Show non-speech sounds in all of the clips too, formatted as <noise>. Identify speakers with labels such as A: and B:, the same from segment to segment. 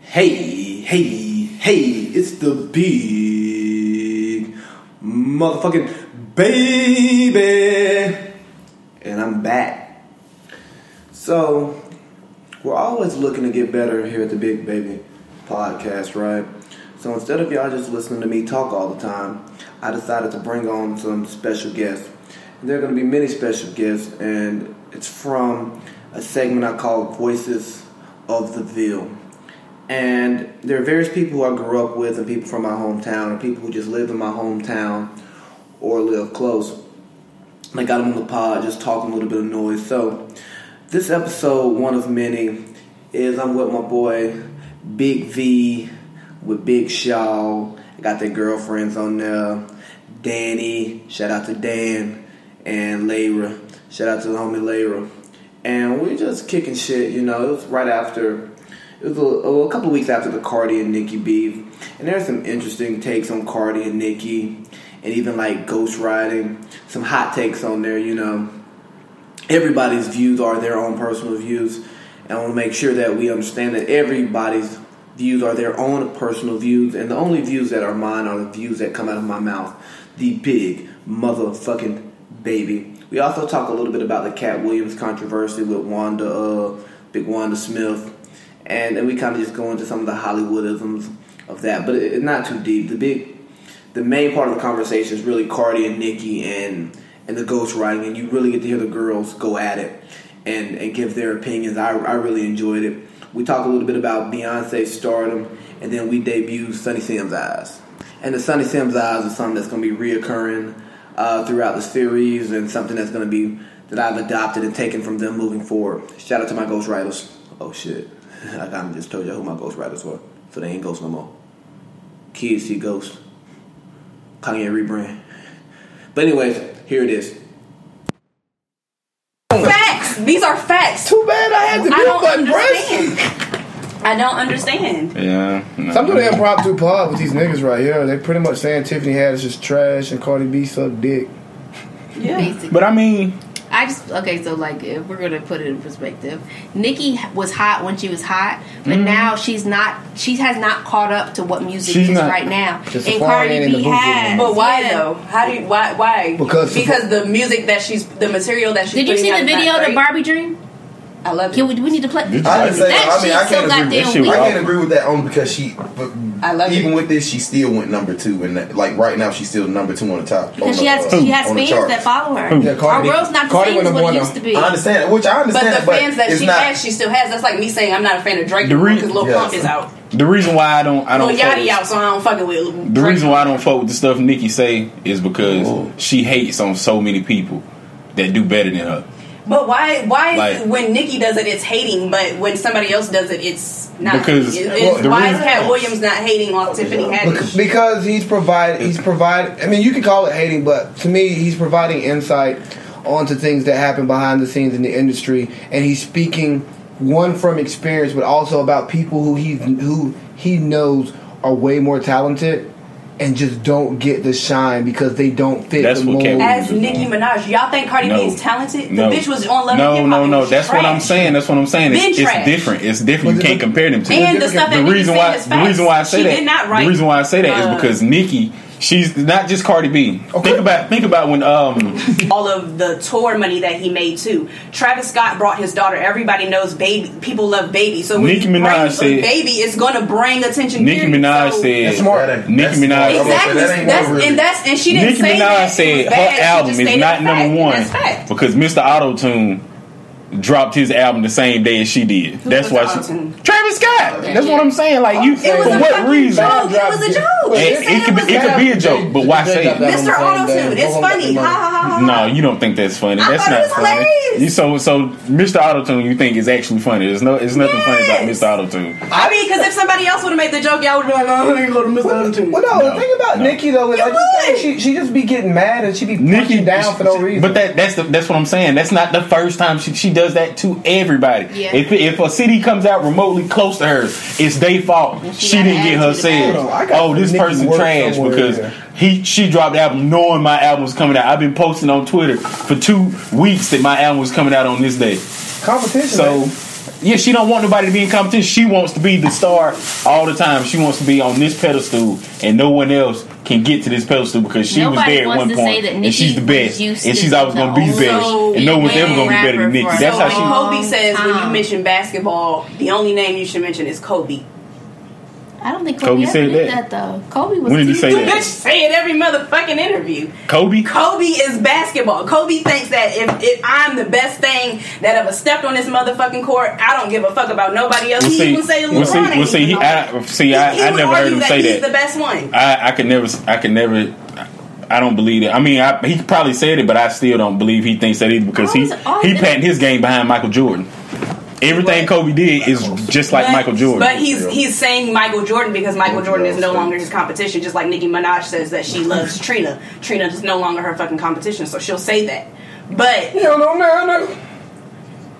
A: Hey, hey, hey, it's the big motherfucking baby. And I'm back. So, we're always looking to get better here at the Big Baby podcast, right? So, instead of y'all just listening to me talk all the time, I decided to bring on some special guests. And there are going to be many special guests, and it's from a segment I call Voices of the Ville. And there are various people who I grew up with, and people from my hometown, and people who just live in my hometown or live close. And I got them on the pod, just talking a little bit of noise. So, this episode, one of many, is I'm with my boy Big V with Big Shaw. I got their girlfriends on there. Danny, shout out to Dan, and Layra, shout out to the homie Layra. And we just kicking shit, you know. It was right after it was a, a couple of weeks after the Cardi and Nicki beef, and there's some interesting takes on Cardi and Nicki, and even like ghost riding, some hot takes on there. You know, everybody's views are their own personal views, and I want to make sure that we understand that everybody's views are their own personal views, and the only views that are mine are the views that come out of my mouth. The big motherfucking baby. We also talk a little bit about the Cat Williams controversy with Wanda, uh, Big Wanda Smith and then we kind of just go into some of the Hollywoodisms of that, but it, not too deep. The big, the main part of the conversation is really Cardi and Nicki and and the ghostwriting, and you really get to hear the girls go at it and and give their opinions. I I really enjoyed it. We talk a little bit about Beyonce's stardom, and then we debut Sunny Sam's Eyes. And the Sunny Sam's Eyes is something that's going to be reoccurring uh, throughout the series, and something that's going to be that I've adopted and taken from them moving forward. Shout out to my ghostwriters. Oh shit, <laughs> I kind of just told you who my ghostwriters were, so they ain't ghosts no more. Kids see ghosts. Kanye rebrand. But anyways, here it is.
B: Facts. These are facts.
C: Too bad I had to
B: I
C: do
B: don't
C: button press.
B: understand. I don't understand.
D: Yeah. No.
C: So I'm doing an impromptu pod with these niggas right here. They pretty much saying Tiffany Haddish is trash and Cardi B suck dick.
B: Yeah.
E: Basically.
D: But I mean,
E: I just okay. So like, if we're gonna put it in perspective, Nikki was hot when she was hot, but now she's not. She has not caught up to what music
D: She's
E: is
D: not.
E: right now.
C: Just a foreign in the booth with them.
B: But why
E: Yeah.
B: though? How do you, why why?
C: Because-
B: the music that she's the material that she's
E: Did you
B: putting
E: see
B: out
E: the
B: is not
E: video to
B: great.
E: Barbie Dream?
B: I love
E: Can
B: it.
E: we, we need to play?
F: I didn't say.
E: That
F: I mean, I
E: shit's so
F: can't agree.
E: goddamn
D: That shit
E: weak.
D: was
F: I can't agree with that only because she. But
B: I love
F: even
B: it.
F: with this, she still went number two, and that, like right now, she's still number two on the top.
E: Because
F: on
E: she
F: the,
E: has
F: uh,
E: she has
F: on the
E: fans
F: charts.
E: that follow her.
C: Yeah, Cardi
E: her
C: B-
E: world's not the
C: Cardi
E: same
C: went
E: as
C: number
E: what
C: one
E: it used
C: though.
E: to be.
F: I understand, which I
B: But
F: understand.
B: the fans that
F: it's
B: she
F: not,
B: has, she still has. That's like me saying I'm not a fan of Drake
D: The re-
B: because Lil
F: Yes.
B: Pump is out.
D: the reason why I don't, I
B: Lil
D: don't. fuck
B: Yachty
D: with-
B: out, so I don't fucking with Drake.
D: The reason why I don't fuck with the stuff Nikki say is because
F: Whoa.
D: she hates on so many people that do better than her.
B: But why? Why
D: Like-
B: when Nikki does it, it's hating, but when somebody else does it, it's not.
D: Because-
B: It-
D: well,
B: it's,
D: the
B: why
D: reason-
B: is Cat Williams not hating off Tiffany
C: Bec-
B: Haddish?
C: Because he's provide he's provide I mean you can call it hating, but to me he's providing insight onto things that happen behind the scenes in the industry and he's speaking one from experience but also about people who he who he knows are way more talented and just don't get the shine because they don't fit
D: That's
C: the
D: what Cat
C: mold.
D: Williams
B: As Nicki Minaj, y'all think Cardi
D: No.
B: B is talented? The
D: no.
B: bitch was on Love
D: No,
B: and Hip Hop
D: no,
B: and
D: no.
B: was
D: That's what I'm
B: trash.
D: saying. That's what I'm saying. It's,
B: Been
D: it's
B: trash.
D: different. It's different. You
C: But the-
D: can't compare them to.
B: And the stuff that
D: the
B: Nicki
D: reason
B: said
D: why
B: is
D: the
B: facts.
D: reason why I say
B: She
D: that
B: did not write,
D: the reason why I say that is
B: uh,
D: because Nikki she's not just Cardi B.
C: Okay.
D: Think about think about
B: <laughs>
D: when um
B: all of the tour money that he made too. Travis Scott brought his daughter. Everybody knows baby. People love baby. So when
D: Nicki
B: you bring
D: Minaj
B: a
D: said-
B: baby, it's going to bring attention.
D: Nicki
B: period.
D: Minaj
B: So-
D: said
F: That's smart. That ain't-
D: Nicki
F: that's
D: Minaj
F: smart. I'm gonna say
B: Exactly.
F: that ain't
B: That's,
F: what really-
B: and that's and she didn't
D: Nicki
B: say
D: Minaj
B: that. It was
D: said
B: bad. She
D: her album
B: just
D: is
B: stated
D: not
B: a
D: number
B: fact,
D: one
B: and That's fact.
D: because Mr. Autotune dropped his album the same day as she did. that's
B: was
D: why she,
B: Auto-Tune?
D: Travis Scott. That's what I'm saying. Like you,
B: It
D: for
B: was a
D: what
B: fucking
D: reason?
B: joke. It was a joke.
D: It-
B: She
D: it
B: said
D: could be-
B: was
D: it could
B: a-
D: be a joke, but why say it?
B: Mr. Autotune. It's funny. Ha ha ha. ha.
D: No, you don't think that's funny.
B: I
D: that's
B: thought it
D: not
B: was
D: funny.
B: hilarious.
D: You so so Mr. Autotune you think is actually funny. There's no it's nothing
B: Yes.
D: funny about Mr. Autotune.
B: I mean, because if somebody else would have made the joke, y'all would have been like, "Oh, <laughs> I ain't going to Mr. Autotune."
C: Well, no,
D: No,
C: the thing about
D: no.
C: Nikki though is
B: You
C: I just
B: would.
C: think she she just be getting mad and she be
D: Nikki
C: Nikki down for no reason.
D: But that that's the, that's what I'm saying. That's not the first time she, she does that to everybody.
E: Yeah.
D: If if a city comes out remotely close to her, it's their fault.
E: she
D: She,
E: got
D: didn't
E: an
D: get her
E: attitude
D: said.
C: about it. Hold on, I got
D: Oh, this
C: Nicki
D: person
C: work
D: trash
C: somewhere
D: because
C: here.
D: he she dropped the album knowing my album was coming out. I've been posting on Twitter for two weeks that my album was coming out on this day.
C: competition.
D: So
C: man.
D: yeah, she don't want nobody to be in competition. She wants to be the star all the time. She wants to be on this pedestal, and no one else can get to this pedestal because she was
E: Nobody
D: there at
E: wants
D: one
E: to say
D: point,
E: that
D: and
E: Nicki
D: she's the best,
E: was
D: and
E: used to
D: she's always
E: the
D: going to be the best,
E: old
D: and no one's ever
E: man
D: going to be better than
E: rapper
D: Nicki.
E: for
D: That's how
E: so
B: Like
D: she.
E: long.
B: Kobe says, when you
E: time.
B: mention basketball, the only name you should mention is Kobe.
E: I don't think
D: Kobe
E: Kobe, ever
D: said
E: did
D: that.
E: that. though. Kobe was.
D: When did he say
E: teased.
D: that?
B: Bitch, say it every motherfucking interview.
D: Kobe.
B: Kobe is basketball. Kobe thinks that if, if I'm the best thing that ever stepped on this motherfucking court, I don't give a fuck about nobody else.
D: We'll
B: he
D: see.
B: even say LeBron
D: We'll see.
B: ain't
D: We'll see.
B: even
D: He,
B: on
D: I,
B: it.
D: see, I,
B: He- he
D: I
B: would
D: never heard
B: argue
D: him say
B: he's
D: that.
B: the best one.
D: I, I could never, I could never, I don't believe it. I mean, I, he probably said it, but I still don't believe he thinks that either because he
E: Always- always-
D: he patted his game behind Michael Jordan. Everything
B: But-
D: Kobe did is just like
B: But-
D: Michael Jordan.
B: But he's he's saying Michael Jordan because Michael Jordan is no
F: Jordan.
B: longer his competition. Just like Nicki Minaj says that she loves Trina. Trina is no longer her fucking competition, so she'll say that. But
C: You don't know, man. I know.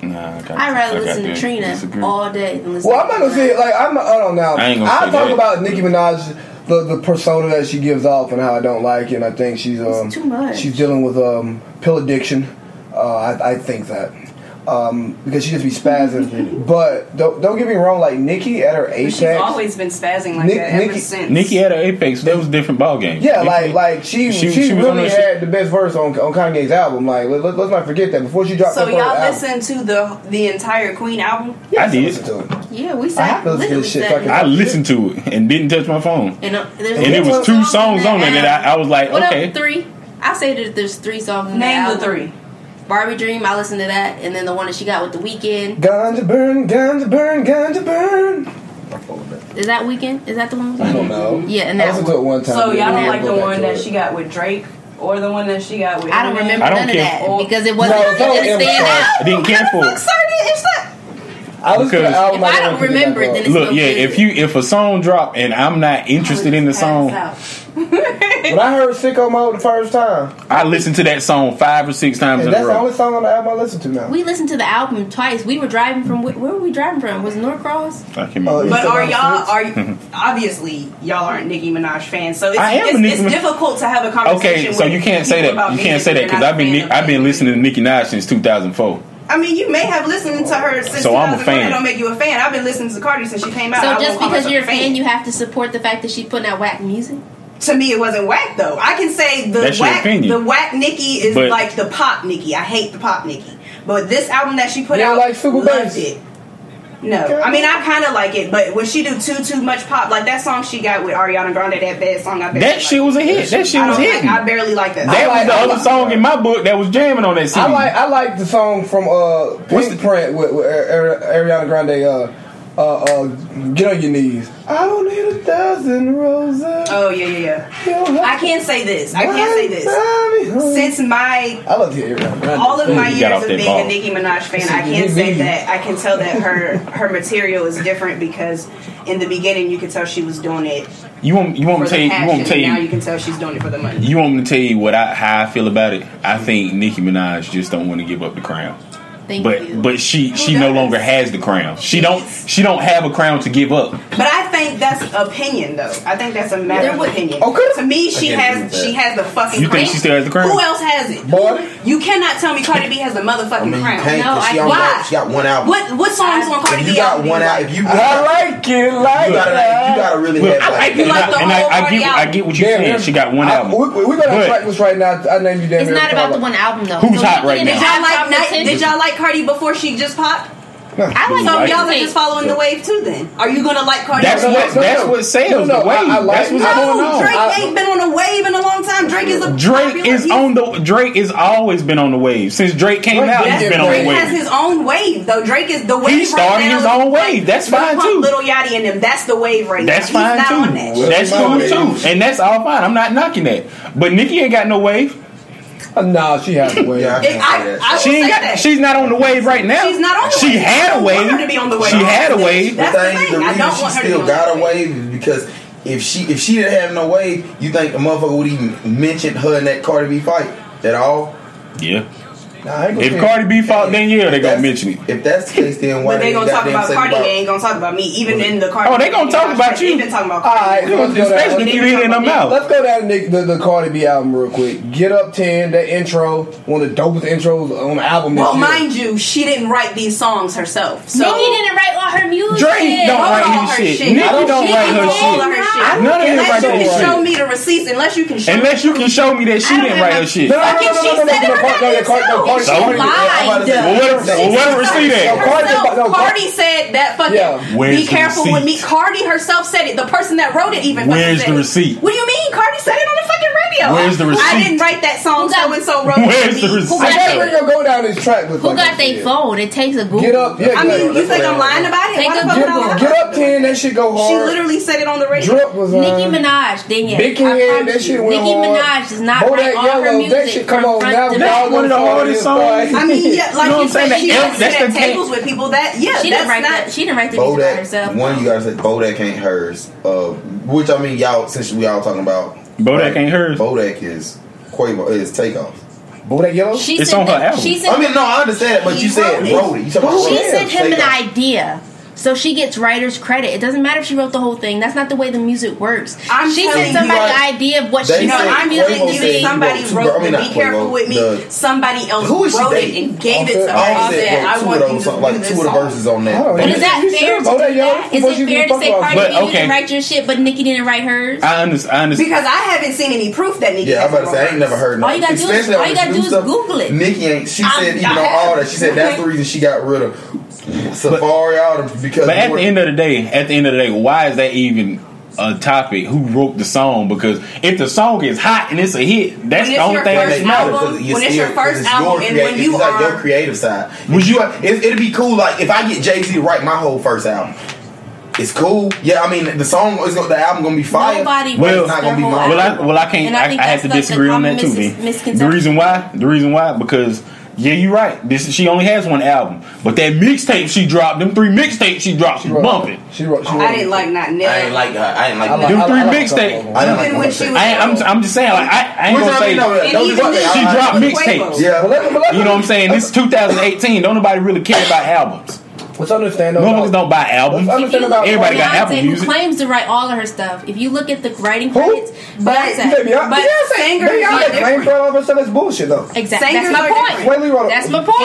D: nah, I got-
E: I'd rather
D: I got
E: listen to
D: to
E: Trina
D: disagree.
E: all day than listen.
C: Well, I'm
E: to
C: not gonna say it. Like I'm. I don't know.
D: I ain't gonna
C: I
D: say
C: talk
D: that.
C: about Nicki Minaj, the the persona that she gives off, and how I don't like it. And I think she's um
E: too much.
C: she's dealing with um pill addiction. Uh, I, I think that. Um, because she just be
B: <laughs>
C: spazzing, but don't, don't get me wrong. Like Nikki at her apex,
B: she's always been spazzing like
C: Nick-
B: that ever
C: Nicki-
B: since.
D: Nikki at her apex. That was a different ball game.
C: Yeah, like like she she,
D: She- she was on
C: really
D: her-
C: had the best verse on on Kanye's album. Like let, let, us not forget that before she dropped.
B: So
C: her first
B: y'all
C: album.
B: listen to the the entire Queen album?
D: I did.
C: Listen to it.
E: Yeah, we
C: I have
E: sat.
C: to listen to
E: literally
C: this shit
E: sat-
C: fucking-
D: I listened to it and didn't touch my phone.
E: And, uh, there's
D: And it was two songs on it that I, I was like,
E: what
D: okay.
E: Up, three. I say that there's three songs. In
B: Name the
E: album.
B: three.
E: Barbie Dream. I listened to that, and then the one that she got with the weekend.
C: Ganja burn, ganja burn, ganja burn.
E: Is that weekend? Is that the one?
C: I don't know.
E: Yeah, and
C: I
E: that
C: listened to it one time.
B: So y'all
C: Yeah,
B: don't
C: I
B: like the
C: go back
B: one
C: to
B: that
C: it.
B: she got with Drake or the one that she got with
E: I don't remember
D: I don't
E: none
D: care.
E: of that because it wasn't.
C: No,
E: it
C: don't
E: didn't
C: ever
E: stand
C: care.
E: out.
D: I didn't care for it.
C: I listened to the
D: Because-
C: album.
E: If I don't
C: picked it
E: remember
C: back
E: it,
C: up.
E: then it's
D: Look,
E: no
D: yeah,
E: good.
D: if you if a song drop and I'm not interested in the song,
C: when I heard "Sicko Mode" the first time,
D: I listened to that song five or six times
C: and
D: in a
C: that's the only
D: row.
C: song on the album I listen to now.
E: We listened to the album twice. We were driving from where were we driving from? Was it Norcross?
D: I can't remember.
C: Oh,
B: But
C: Mr.
B: are
C: Bobby
B: y'all are
D: <laughs>
B: you- obviously y'all aren't Nicki Minaj fans, so it's,
D: I am a
B: it's,
D: Nicki
B: it's
D: Minaj-
B: difficult to have a conversation.
D: Okay, so
B: with
D: you can't say
B: people
D: that.
B: about
D: You
B: music
D: can't say
B: if
D: that
B: you're
D: because
B: not
D: I've
B: a
D: been
B: fan
D: Nick,
B: of
D: I've been
B: Nicki.
D: listening to Nicki Minaj since 2004.
B: I mean, you may have listened to her since.
D: So I'm
B: 2001.
D: a fan.
B: That don't make you a fan. I've been listening to Cardi since she came out.
E: So
B: I won't
E: just
B: call
E: because
B: myself
E: you're a fan, you have to support the fact that she's putting out whack music.
B: to me it wasn't whack though. I can say the
D: That's your
B: whack
D: opinion.
B: the whack Nicki is
D: But-
B: like the pop Nicki. I hate the pop Nicki. But this album that she put
C: You don't
B: out
C: like Super
B: loved
C: Bass?
B: it. No, I mean I kind of like it, but when she do too too much pop, like that song she got with Ariana Grande, that bad song. I barely
D: That
B: like
D: shit was a hit. That shit
B: I
D: was
B: don't
D: hitting.
B: Like, I barely like that.
D: That
B: song.
D: was
C: like-
D: the
C: I
D: other
C: like-
D: song in my book that was jamming on that CD.
C: I like I like the song from uh
D: What's
C: Pink Print with, with Ari- Ariana Grande. Uh, uh, uh, get on your knees. I don't need a thousand roses.
B: oh yeah yeah yeah.
C: You don't have
B: I can't say this. I can't say this.
C: to tell me.
B: Since my
C: I love to hear Ariana Grande.
B: all of
D: Ooh,
B: my
D: you got
B: years
D: off
B: of
D: that
B: being
D: ball.
B: a Nicki Minaj fan, I can't say that. I can tell that her her material is different because in the beginning you could tell she was doing it
D: you want you want
B: for
D: me to
B: the
D: tell you, you want
B: passion.
D: me to tell
B: and Now
D: you,
B: you can tell she's doing it for the money.
D: you want me to tell you what I how I feel about it. I think Nicki Minaj just don't want to give up the crown.
E: Thank you.
D: But but she she no
B: does?
D: longer has the crown. She don't she don't have a crown to give up.
B: But I think that's opinion, though. I think that's a matter
E: There
B: of
E: would-
B: opinion.
C: Okay.
B: To me, she
F: can't agree
B: has
F: with that.
B: she has the fucking.
D: You think
B: crown.
D: she still has the crown?
B: Who else has it?
C: Barty?
B: You cannot tell me Cardi B has the motherfucking
F: I mean, you
B: crown.
F: can't
E: No,
F: because she,
E: I-
F: only
B: Why?
F: got- she got one album.
B: What what songs on Cardi
F: If
B: B?
F: you got
B: album do
F: one
B: you
F: out,
B: like?
F: if you
C: I like it, like
F: you gotta, you
C: that.
F: gotta really
D: Look,
F: have like,
D: and
B: like
D: I,
B: the
D: and I-
B: whole
D: I
B: Cardi
D: get I
B: album.
D: get what you're saying. She got one
C: I-
D: album.
C: we, we, we gotta
D: But-
C: practice right now. I named you damn
E: It's
C: near
E: not about the
C: Tyler.
E: one album though.
D: Who's
E: So
D: hot
E: we
D: right now?
E: didn't
B: Did
E: have
B: y'all like
E: top
B: Night- did
E: 10.
B: y'all like Cardi before she just popped?
E: I like
D: So
B: So
D: Right.
B: y'all are just following the wave too. Then are you gonna like Cardi?
D: That's
B: B?
D: what that's what sales
C: No, no,
D: the wave.
C: I- I like-
D: that's what's
C: No,
D: going
B: No,
D: on.
B: Drake
C: I-
B: ain't been on a wave in a long time. Drake is a
D: Drake
B: popular-
D: is
B: he's-
D: on the Drake is always been on the wave since Drake came
C: Drake
D: out.
C: did
D: He's
C: get
D: been on
B: Drake
D: the
B: has
D: wave.
B: his own wave though. Drake is the wave. right
D: started
B: now
D: his
B: is
D: own
B: like
D: wave. That's
B: Lil
D: fine,
B: Pump,
D: too.
B: Little Yachty and them. That's the wave right
D: That's
B: now.
D: fine
B: He's not on
D: too.
B: that.
D: That's
C: Well,
D: cool
C: that's my wave.
D: too, and that's all fine. I'm not knocking that. But Nikki ain't got no wave.
C: Nah, she has to wait.
F: Yeah,
B: It- I, I will
D: She
B: say
D: ain't got.
B: that.
D: She's not on the wave right now.
B: She's not on the
D: she
B: wave. I
D: Had a
B: don't
D: wave.
B: want her to be on the wave.
D: She had a wave.
B: That's the thing. I don't want
F: she
B: her to
F: still
B: be
F: got
B: on the
F: away is because if she if she didn't have no wave, you think the motherfucker would even mention her in that Cardi B fight at all?
D: Yeah.
C: Nah, I ain't gonna
D: If
C: say-
D: Cardi B fought Danielle, they gonna mention it.
F: If that's the case, then why
B: But they gonna talk
F: goddamn
B: about
F: say
B: Cardi. They ain't gonna talk about me. Even in the Cardi.
D: Oh, they gonna talk about you.
B: They been talking about
C: All
B: Cardi.
C: right,
D: It was
C: let's go down.
D: Especially if you hit it in her mouth.
C: Let's go down to the, the, the Cardi B album real quick. Get Up 10, that intro, one of the dopest intros on the album.
B: Well,
C: this year.
B: mind you, she didn't write these songs herself. So
E: Nicki didn't write all her music.
D: Drake don't
B: Hold
D: write
B: on
D: his
B: her
D: shit.
B: shit.
D: Nicki
B: I
C: don't
D: don't
C: think
D: write
B: all
D: her
B: of her
D: shit.
B: shit.
D: None of them
B: Unless
D: write
B: you
D: their
B: can
D: shit.
B: show me the receipts, unless you can show
D: Unless you can show me that she
E: I don't
D: didn't write
E: have-
D: her shit.
C: No, no, no,
B: Fucking
C: no,
B: she
C: no, no,
B: said
C: no,
B: it
C: no, Cardi- no,
B: herself.
C: Cardi- no, Cardi-
B: She
C: no, Cardi-
B: lied.
D: Well, what if- well, what if we see that?
C: No, Cardi-
B: herself,
C: no, Cardi-
B: Cardi said that fucking.
C: Yeah.
D: Where's
B: Be
D: the
B: careful with me.
D: receipt?
B: Cardi herself said it. The person that wrote it even. fucking
D: Where's
B: said
D: the
B: it.
D: receipt?
B: What do you mean? Cardi said it on the fucking radio.
D: Where's the
B: I
D: receipt?
B: didn't write that song.
E: Who got-
B: So and so wrote
D: Where's
B: it.
D: the
B: Who
D: receipt?
C: I
B: got
C: guess
B: it?
C: we're gonna go down this track with
E: Who
C: like
E: got
C: that
E: their
C: shit.
E: phone? It takes a Google.
C: Get up, yeah.
B: I mean, you
F: That's
B: think I'm
F: what I-
B: lying about it?
E: Take
B: Why
E: a
B: the fuck
C: Get,
B: would I
E: Google.
B: lie?
C: up- get up ten, that shit go
B: She
C: hard.
B: literally said it on the radio.
C: Drip was on.
E: Nicki Minaj, dang it.
C: Big
E: I
C: Head,
E: promise
C: that
E: you,
C: shit went
E: Nicki
C: hard.
E: Minaj does not
C: Bodak
E: write all her
C: Yellow,
E: music.
C: that shit come
E: from
C: on
E: front
C: now.
E: to
C: Y'all
E: back.
D: one of
C: gonna
D: the
C: fall
D: hardest
C: in this <laughs>
D: songs.
B: I mean,
F: <laughs>
B: yeah, like
D: You know what
B: you
D: I'm saying?
B: said, she
D: That-
B: doesn't
D: that's
B: sit at
D: the thing.
B: tables with people. That yeah,
E: She
B: that's
E: didn't write
B: not.
E: that. She didn't write the music by herself.
F: Bodak, one you gotta say Bodak ain't hers. Uh, which I mean, y'all since we all talking about
D: Bodak ain't hers.
F: Bodak is Quavo is takeoff.
C: boy. Bodak Yellow.
E: She
D: It's
E: sent
D: on her
E: that-
D: album.
E: She sent,
F: I mean, no, I understand, but
B: He
F: you said
B: wrote it.
F: wrote it. You talking about
C: Who
E: she
F: wrote it.
E: sent him an
F: Takeoff.
E: idea. So she gets writer's credit. It doesn't matter if she wrote the whole thing. That's not the way the music works.
B: I'm
E: she
B: telling
E: sent
B: you
E: somebody
F: what,
E: the idea of what
F: they
E: she
B: No,
F: said
E: thought
B: I'm
E: music
F: Quavo
B: telling
E: would
B: you,
F: said
E: be.
F: he
B: somebody
F: wrote two-
B: wrote
F: I mean,
B: the
F: not
B: Be Careful
F: Quavo,
B: With Me.
F: the-
B: somebody else
F: Who is she
B: wrote it
F: dating?
B: and gave it to her.
C: I
F: I
B: I
F: said
B: said, I want
F: wrote two of
B: you
F: those
B: to
F: songs, like
B: do
F: two of
B: this
F: the
B: song.
F: verses on
C: I don't
F: that.
C: know.
E: But is that
C: You
E: fair
C: said
E: to do
C: Bodak Yellow?
E: that? Is
C: What you
E: it fair
C: give a
E: to
C: fuck
E: say
C: about?
E: Cardi
D: But,
E: B you
D: okay.
E: didn't write your shit, but Nicki didn't write hers?
D: I understand. I understand.
B: Because I haven't seen any proof that Nicki.
F: Yeah, I'm
B: has
F: about to say I
B: wrote
F: ain't never heard.
E: All you gotta do is-
F: Especially
E: all
F: on
E: you
F: this
E: gotta
F: new
E: do is
F: stuff,
E: Google it.
F: Nikki ain't. She
B: I'm-
F: said even
B: I
F: on
B: have.
F: all that. She said that's the reason she got rid of Safari out of because.
D: But at
F: more-
D: the end of the day, at the end of the day, why is that even a topic? Who wrote the song? Because if the song is hot and it's a hit,
B: When
D: that's the
B: it's
D: only
B: your
D: thing
B: first
D: that matters.
B: album,
F: Because you
B: when it's
F: still-
B: your first
F: it's
B: album and when
F: creative-
B: you
F: it's like your
B: are-
F: creative side. Would you? It, it'd be cool. Like if I get Jay Z to write my whole first album, it's cool. Yeah, I mean the song is gonna, the album gonna be fire.
E: Nobody
F: but
D: Well,
F: it's not gonna be
E: their
F: mine.
E: whole
D: Well, I
E: album.
D: well I can't.
E: And
D: I,
E: I
D: I,
E: think
D: have
E: that's
D: to
E: the- the
D: disagree on that too,
E: common mis-
D: man. The
E: misconception.
D: reason why? The reason why? Because yeah, you're right. This she only has one album, but that mixtape she dropped, them three mixtapes she dropped, she's
C: She wrote-
D: bumping.
C: She wrote. She wrote.
B: I didn't like not
F: I ain't
B: now.
F: like. I ain't like.
C: I like-
D: Them
C: I
D: three
C: like some
D: mixtapes.
C: of them.
F: I don't like
B: Even
F: my
B: when
F: mixtape.
B: she was-
D: I, ain't- I'm I'm just saying like I, I ain't
F: Which
D: gonna
F: I
D: say
F: mean, no,
B: And
F: don't
B: even
F: fuck
B: then
F: that.
D: she
F: I- I-
D: dropped
B: with
D: mixtapes.
B: Quavo.
F: Yeah,
C: But let- but let-
D: You know what I'm saying? This is 2018. Don't nobody really care about albums.
C: Let's understand. though,
D: Motherfuckers don't buy albums.
C: Let's understand about
D: Everybody got
E: Beyonce,
D: Apple
E: who
D: Music.
E: claims to write all of her stuff. If you look at the writing
C: Who?
E: credits,
B: But-
E: Beyonce.
C: You say Beyonce?
E: But-
C: Beyonce-
B: singers
C: Beyonce
B: are
C: claimed
B: different.
C: for all of herself. That's bullshit though.
E: Exactly.
B: Singers
E: That's
B: are
E: my point.
B: different.
C: Wait, we wrote-
E: That's my
B: And
E: point.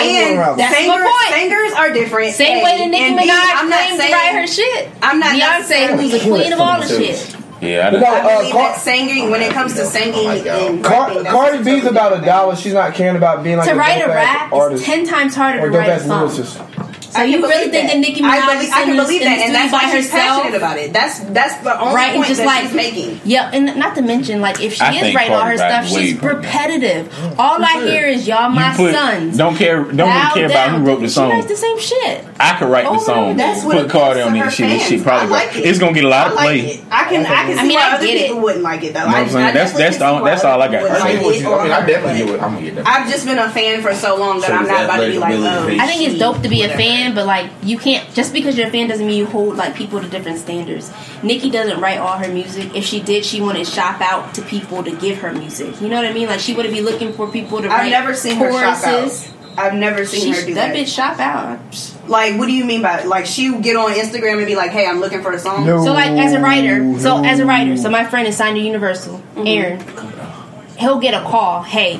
E: That's
B: singers,
E: my point.
B: singers are different.
E: Same way that
B: A.
E: Nicki
B: And B,
E: Minaj
B: I'm not
E: claims to
B: saying-
E: write her shit.
B: I'm not
E: Beyonce,
B: necessarily
E: who's the
C: sure
E: queen of
C: that's
E: all the
F: fucking serious.
E: shit.
D: Yeah, I
C: But
D: know.
C: no,
B: I
C: uh,
B: believe
C: Car-
B: that singing, when it comes to singing
F: Oh my God.
B: and
C: Car-
B: rapping, that's
C: Cardi
B: a
C: B's
B: totally
C: about a
B: different
C: dollar. She's not caring about being like
E: To
C: a
E: write a
C: dope-ass
E: rap is
C: artist
E: ten times harder
C: or
E: to write a
C: dope-ass
E: song.
C: lyricist.
E: So you really think that Nicki Minaj
B: I, believe, I can
E: is
B: believe that,
E: in
B: and
E: the
B: that's
E: studio
B: why
E: by
B: she's
E: herself?
B: passionate about it. That's that's the only
E: Right and
B: point
E: just
B: that
E: like
B: she's making.
E: Yep, and not to mention, like if she
D: I
E: is
D: think
E: writing all
D: Cardi
E: her
D: writing
E: stuff, she's
D: way more than that.
E: repetitive.
B: Mm,
E: All I hear is y'all my
D: You put-
E: sons.
D: Don't care. Don't really
E: Bow
D: care about
E: down.
D: who wrote the
E: She
D: song.
E: writes the same shit.
D: I could write
E: Oh,
D: the song.
E: that's
B: what
D: Put
B: it
D: Cardi
B: does
D: on
B: to
D: it
B: her
D: and shit. This
B: fans.
D: shit probably
B: I like it.
D: it's gonna get a lot
B: I
D: of
B: like
D: play.
B: it. I can I can see
E: I mean,
B: why
E: I
B: other
E: get it.
B: people wouldn't like it though.
D: what I'm saying?
B: I, I
D: That's-
B: definitely
D: that's
B: can
D: the-
B: see
D: that's
B: why
D: all I
B: other
D: got.
B: people
F: I
B: wouldn't
F: get what
B: like it
F: you. I mean,
B: or
F: I definitely
B: her,
F: get
B: but
F: what I'm gonna get. That.
B: I've just been a fan for so long that
F: So
B: I'm
F: does
B: not about to be like,
F: athletic ability
B: oh,
E: I think it's
B: she-
E: dope to be a
B: whatever.
E: fan, but like you can't just because you're a fan doesn't mean you hold like people to different standards. Nikki doesn't write all her music. If she did, she wouldn't shop out to people to give her music. You know what I mean? Like she wouldn't be looking for people to write.
B: I've never seen her shop out. I've never seen
E: She,
B: her do
E: that
B: that.
E: bitch shop out.
B: Like, what do you mean by like? She would get on Instagram and be like, "Hey, I'm looking for a song."
C: No.
E: So like as a writer, so
C: no.
E: as a writer, so my friend is signed to Universal,
B: Mm-hmm.
E: Aaron. He'll get a call. Hey,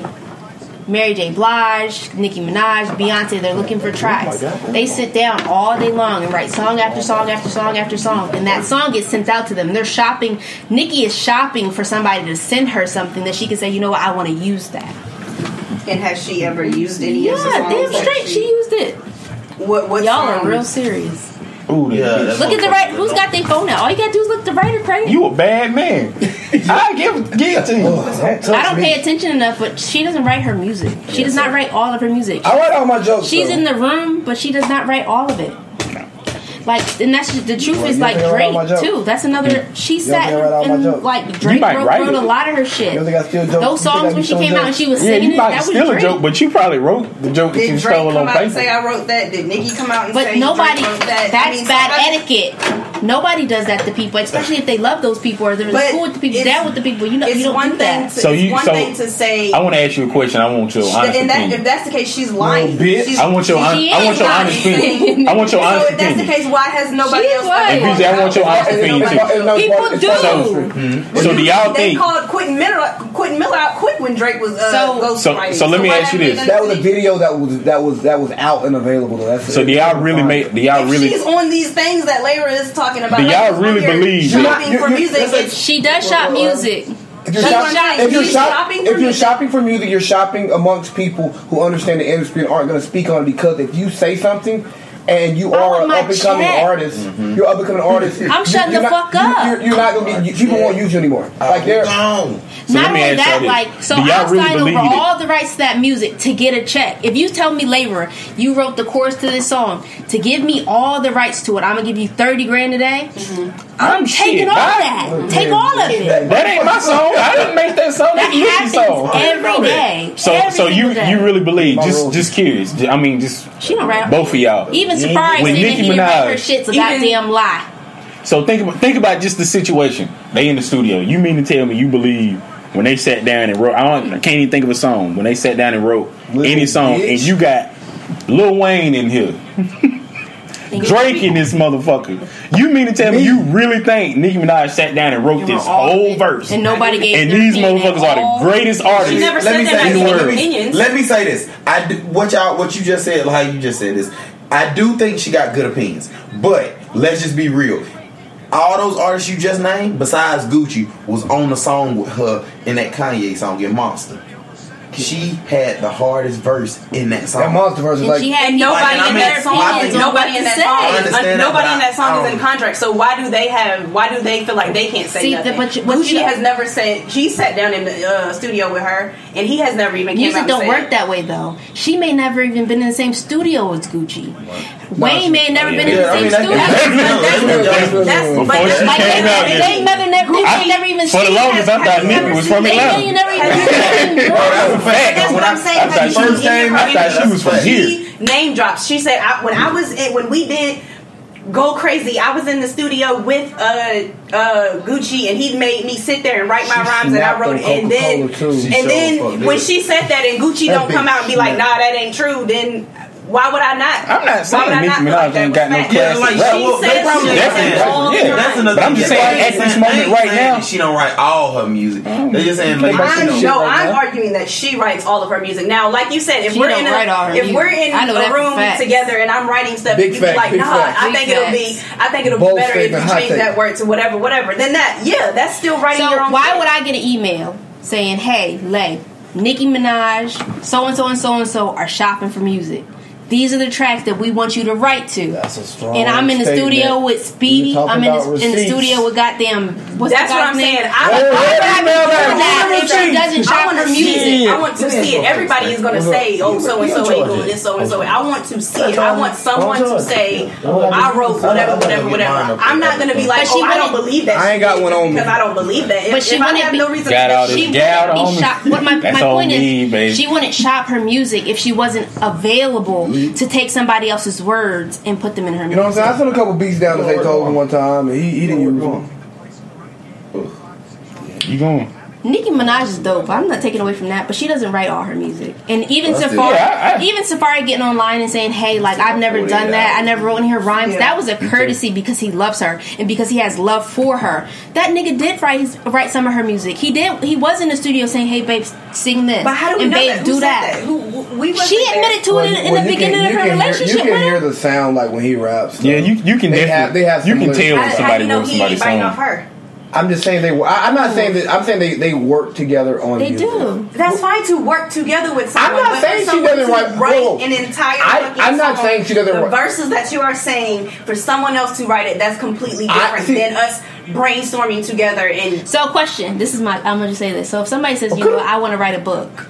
E: Mary J. Blige, Nicki Minaj, Beyonce, they're looking for tracks. They sit down all day long and write song after song after song after song, and that song gets sent out to them. They're shopping. Nicki is shopping for somebody to send her something that she can say, you know what, I want to use that.
B: And has she ever used any
E: Yeah,
B: of the songs?
E: damn
B: that
E: straight, she used it.
B: What? What?
E: Y'all are
B: song?
E: real serious.
D: Ooh,
F: Yeah,
D: yeah,
F: that's-
E: Look at the right. Who's got their phone now? All you gotta do is look the writer credit.
D: you a bad man. I give give it to you.
E: I don't pay attention enough, but she doesn't write her music. She does not write all of her music.
C: I write all my jokes.
E: She's
C: though.
E: in the room, but she does not write all of it. Like, and that's just, the truth is
C: you
E: like
C: think I write all my
E: Drake
C: jokes?
E: too. That's another. She
C: think
E: sat
C: I write all my
E: and
C: jokes?
E: like Drake
D: might
E: wrote,
D: write
E: wrote a
D: it.
E: lot of her shit.
C: You think I steal jokes? You
E: Those
C: think I
E: songs
C: be
E: when she
C: stealing
E: came out and
C: jokes?
E: she was
D: Yeah,
E: singing
D: you
E: it,
D: might
E: that was
D: steal a
E: Drake.
D: joke, but you probably wrote the joke that you
B: Did Drake
D: stole
B: come
D: on
B: out and say
D: paper.
B: I wrote that? Did Nicki come out and
E: But
B: say
E: nobody.
B: Drake wrote that?
E: That's
B: I mean,
E: bad
B: somebody-
E: etiquette. Nobody does that to people, especially if they love those people or they're in
B: But
E: school with the people,
B: it's-
E: down with the people. You know,
B: it's
E: you don't
B: one
E: do
B: thing
E: that.
B: to,
D: So
B: it's
D: you-
B: one
D: so
B: thing to say
D: I want to ask you a question. I want your honest
B: and that, if
D: opinion.
B: that's the case she's lying
A: bitch.
B: She's-
D: I want your hon-
E: She
D: I want
E: is
D: your
E: lying.
D: honest opinion. I want your
B: so
D: honest
B: if that's the
D: opinion.
B: case why has nobody
E: She
B: else
E: was.
D: And Breezy, I want your honest opinion too.
E: People do.
D: So do y'all
B: they
D: think?
B: called Quentin Miller Quentin Miller out quick when Drake was uh,
E: So-
B: ghostwriting.
D: So- so let me ask you
B: that
D: this.
B: means-
C: That was a video that was that was that was out and available. Though. That's
D: So do y'all really make? Do y'all
B: If
D: really?
B: she's on these things that Layra is talking about.
D: Do
B: like,
D: y'all
B: when
D: really
B: you're
D: believe that-
B: shopping for
C: You're- you're-
B: music?
C: listen,
B: it's-
E: She does shop music.
C: If you're,
B: That's
C: shop-
B: what I'm saying.
C: if you're
B: He's
C: shop-
B: shopping for
C: if you're
B: music.
C: shopping for music, you're shopping amongst people who understand the industry and aren't going to speak on it because if you say something and you
E: I
C: are
E: want
C: an
E: my
C: up and coming
E: check.
C: artist,
D: Mm-hmm.
C: you're up and
D: <laughs>
C: coming artist.
E: I'm shutting
C: you're
E: the
C: not-
E: fuck
C: you-
E: up.
C: You're, you're not going to get you, people won't use you anymore.
D: Uh,
C: Like they're
F: Gone.
E: Not
D: let me
E: only
D: ask y'all
E: that,
D: this.
E: like, so
D: Do y'all
E: I
D: really
E: fight over
D: believe it?
E: all the rights to that music to get a check. If you tell me, Labor, you wrote the chorus to this song, to give me all the rights to it, I'm gonna give you 30 grand a day.
D: I'm
E: Taking all that. Take all of it.
D: That ain't my song. I didn't make that song.
E: That
D: That's Nikki's
E: happens
D: song.
E: every day.
D: So,
E: Every
D: so you
E: single day.
D: you really believe?
C: My
D: Just
C: rules.
D: just curious. J- I mean, just
E: She don't rap.
D: both of y'all.
E: Even Safari
D: When
E: said
D: Nicki
E: Nicki Minaj, her
D: Minaj.
E: shit's a
B: Even-
E: goddamn lie.
D: So think about think about just the situation. They in the studio. You mean to tell me you believe when they sat down and wrote? I, don't, I can't even think of a song. When they sat down and wrote any
C: Little
D: song,
C: bitch.
D: and you got Lil Wayne in here, Drake in this motherfucker. You mean to tell me you really think Nicki Minaj sat down and wrote
E: And
D: this
E: we're all
D: whole
E: in-
D: verse?
E: and nobody gave
D: And
E: their
D: these
E: opinion at
D: motherfuckers are
E: all.
D: the greatest artists.
B: never
F: let me
B: said that
F: say
B: about
F: this. Let
B: your
F: me,
B: opinions.
F: let me say this. I do, what y'all what you just said, how you just said this. I do think she got good opinions, but let's just be real. All those artists you just named, besides Gucci, was on the song with her in that Kanye song in Monster. She had the hardest verse in that song.
C: that monster verse is
E: And
C: like
E: she had
B: And nobody
F: I
B: in
F: mean,
B: that
F: I
B: song,
F: think-
B: is nobody in
F: I
B: that song,
F: understand
B: is-
F: that, Um,
B: nobody
F: but
B: in
F: I-
B: that song
F: I
B: is in
F: don't-
B: contract. So why do they have? Why do they feel like they can't say
E: See,
B: nothing?
E: the- but you- but
B: Gucci
E: you know-
B: has never said. He sat down in the uh, studio with her, and he has never even. came out
E: Music
B: and
E: don't
B: said
E: work
B: it.
E: that way though. She may never even been in the same studio as Gucci. Wayne may never been in
F: Yeah,
E: the
F: I
E: same
F: mean, that-
E: studio.
D: <laughs>
B: That's-
D: Before
B: but
D: she
E: Like,
D: came
E: they,
D: out
E: they,
D: here.
E: they never, never, they
D: I-
E: never even
D: for the
E: seen
D: longest,
E: that.
D: I thought
E: Have you
D: Nicki
E: ever
D: was
E: seen-
D: from
E: they
D: Atlanta.
E: ain't never even
B: Have
E: seen
F: That's a
E: that.
F: fact.
B: That's
F: When
B: what I'm saying.
D: I thought
B: Like,
D: she was-
B: in her
D: I thought she was from
B: interview,
D: here.
B: she Name drops. She said, I, "When I was in, when we did go crazy, I was in the studio with uh, uh, Gucci, and he made me sit there and write my
C: She
B: rhymes, and I
C: snapped
B: wrote
C: on
B: it. And then,
C: Coca-Cola, too. She
F: sure
B: and
F: fucked
B: then when
F: it.
B: she said that, and Gucci
C: That
B: don't come
C: bitch
B: out and be like,
C: snapped.
B: "Nah, that ain't true," then why would I not?
D: I'm not saying
B: why would I
D: Nicki
B: not feel
D: Minaj
B: like that
D: ain't
B: was
D: got no
B: fact?
D: class.
F: Yeah, like,
B: She
F: she well,
B: said
F: they probably
B: she
D: definitely-
B: said all
D: yeah,
B: the
D: that's
B: time.
D: But I'm just saying, at this moment right now-
F: she don't write all her music. They're just saying, like,
C: Everybody
B: I'm,
F: she
C: She
F: don't-
B: no,
C: don't write
B: I'm
C: that.
B: arguing that she writes all of her music. Now, like you said, if
E: She
B: we're
E: don't
B: in
E: write all
B: a
E: her
B: if
E: music.
B: we're in
E: I know that
B: a
E: for
B: room
E: facts.
B: together and I'm writing stuff,
C: Big
B: you'd be
C: facts,
B: like,
C: big
B: nah,
C: facts.
B: I
E: Big
B: think it'll be I think it'll
C: Bold
B: be better if
C: statement,
B: you
C: hot
B: change
C: take.
B: that word to whatever, whatever. Then that, yeah, that's still writing your
E: So
B: own.
E: why would I get an email saying, "Hey, Lay, Nicki Minaj, so and so and so and so are shopping for music. These are the tracks that we want you to write to."
C: That's a strong
E: And I'm in the
C: statement.
E: studio with Speedy.
C: You're talking
E: I'm in
C: about
E: the, in the
C: receipts.
E: studio with goddamn. What's
B: That's
E: the
B: what
E: guy's
B: I'm
E: name?
B: saying.
E: Why
B: I
E: would I
D: Hey,
E: be
D: email
E: doing
D: that.
E: that if she doesn't
B: I
E: shop
B: want
E: for
B: to see
E: music?
B: it. I want to see it. Everybody is going to say, "Oh, so and so ain't doing this, so and so." I want to see it. I want someone to say, "I wrote whatever, whatever, whatever." I'm not going to be like,
E: But she
B: "Oh, I don't
E: wouldn't-
B: believe that."
C: I ain't got one on me.
B: because I don't believe that. If,
E: But she
B: if I
E: wouldn't
B: have
E: be-
B: no reason,
D: Got
B: to
D: out Get
E: She wouldn't
D: out on
E: be
D: me.
E: shop.
C: <laughs>
E: What my,
D: That's
E: my
D: on
E: point
D: me,
E: is,
D: baby.
E: she wouldn't shop her music if she wasn't available to take somebody else's words and put them in her
C: Mm-hmm. You
E: music.
C: know what I'm saying? I sent a couple beats down to Beethoven one time, and he, he didn't use them.
D: You going?
E: Nicki Minaj is dope. I'm not taking away from that, but she doesn't write all her music. And even
F: That's it.
E: Safari,
D: Yeah, I- I-
E: even Safari getting online and saying, "Hey, like I've never done that. I never wrote any of her rhymes." That was a courtesy because he loves her and because he has love for her. That nigga did write his, write some of her music. He did. He was in the studio saying, "Hey, babe, sing this."
B: but how do we
E: and
B: know
E: babe,
B: that? Who
E: do
B: said
E: that?
B: Who, who- we wasn't
E: She
B: there.
E: admitted to it in, in
C: Well,
E: the
C: you
E: beginning
C: can- you
E: of her
C: can hear-
E: relationship
C: You can
E: with
C: hear
E: him.
C: the sound like when he raps. though.
D: Yeah, you you can
C: They
D: definitely
C: have- they have
D: you
C: similar-
D: can
B: How,
D: tell when
B: how do
D: somebody
B: you know
D: wrote
B: he ain't
D: somebody's
B: biting off
D: song.
B: her?
C: I'm just saying they. were- I, I'm not saying that. I'm saying they they work together on.
E: They
C: music.
E: do.
B: That's fine to work together with someone.
C: I'm not
B: but for
C: saying she
B: someone
C: doesn't
B: to
C: write- whoa.
B: write an entire.
C: I-
B: fucking
C: I'm not
B: song,
C: saying she doesn't
B: The
C: write-
B: verses that you are saying for someone else to write it, that's completely
C: I-
B: different
C: see-
B: than us brainstorming together. And
E: So, question. This is my. I'm gonna just say this. So, if somebody says, you know, I want to write a book,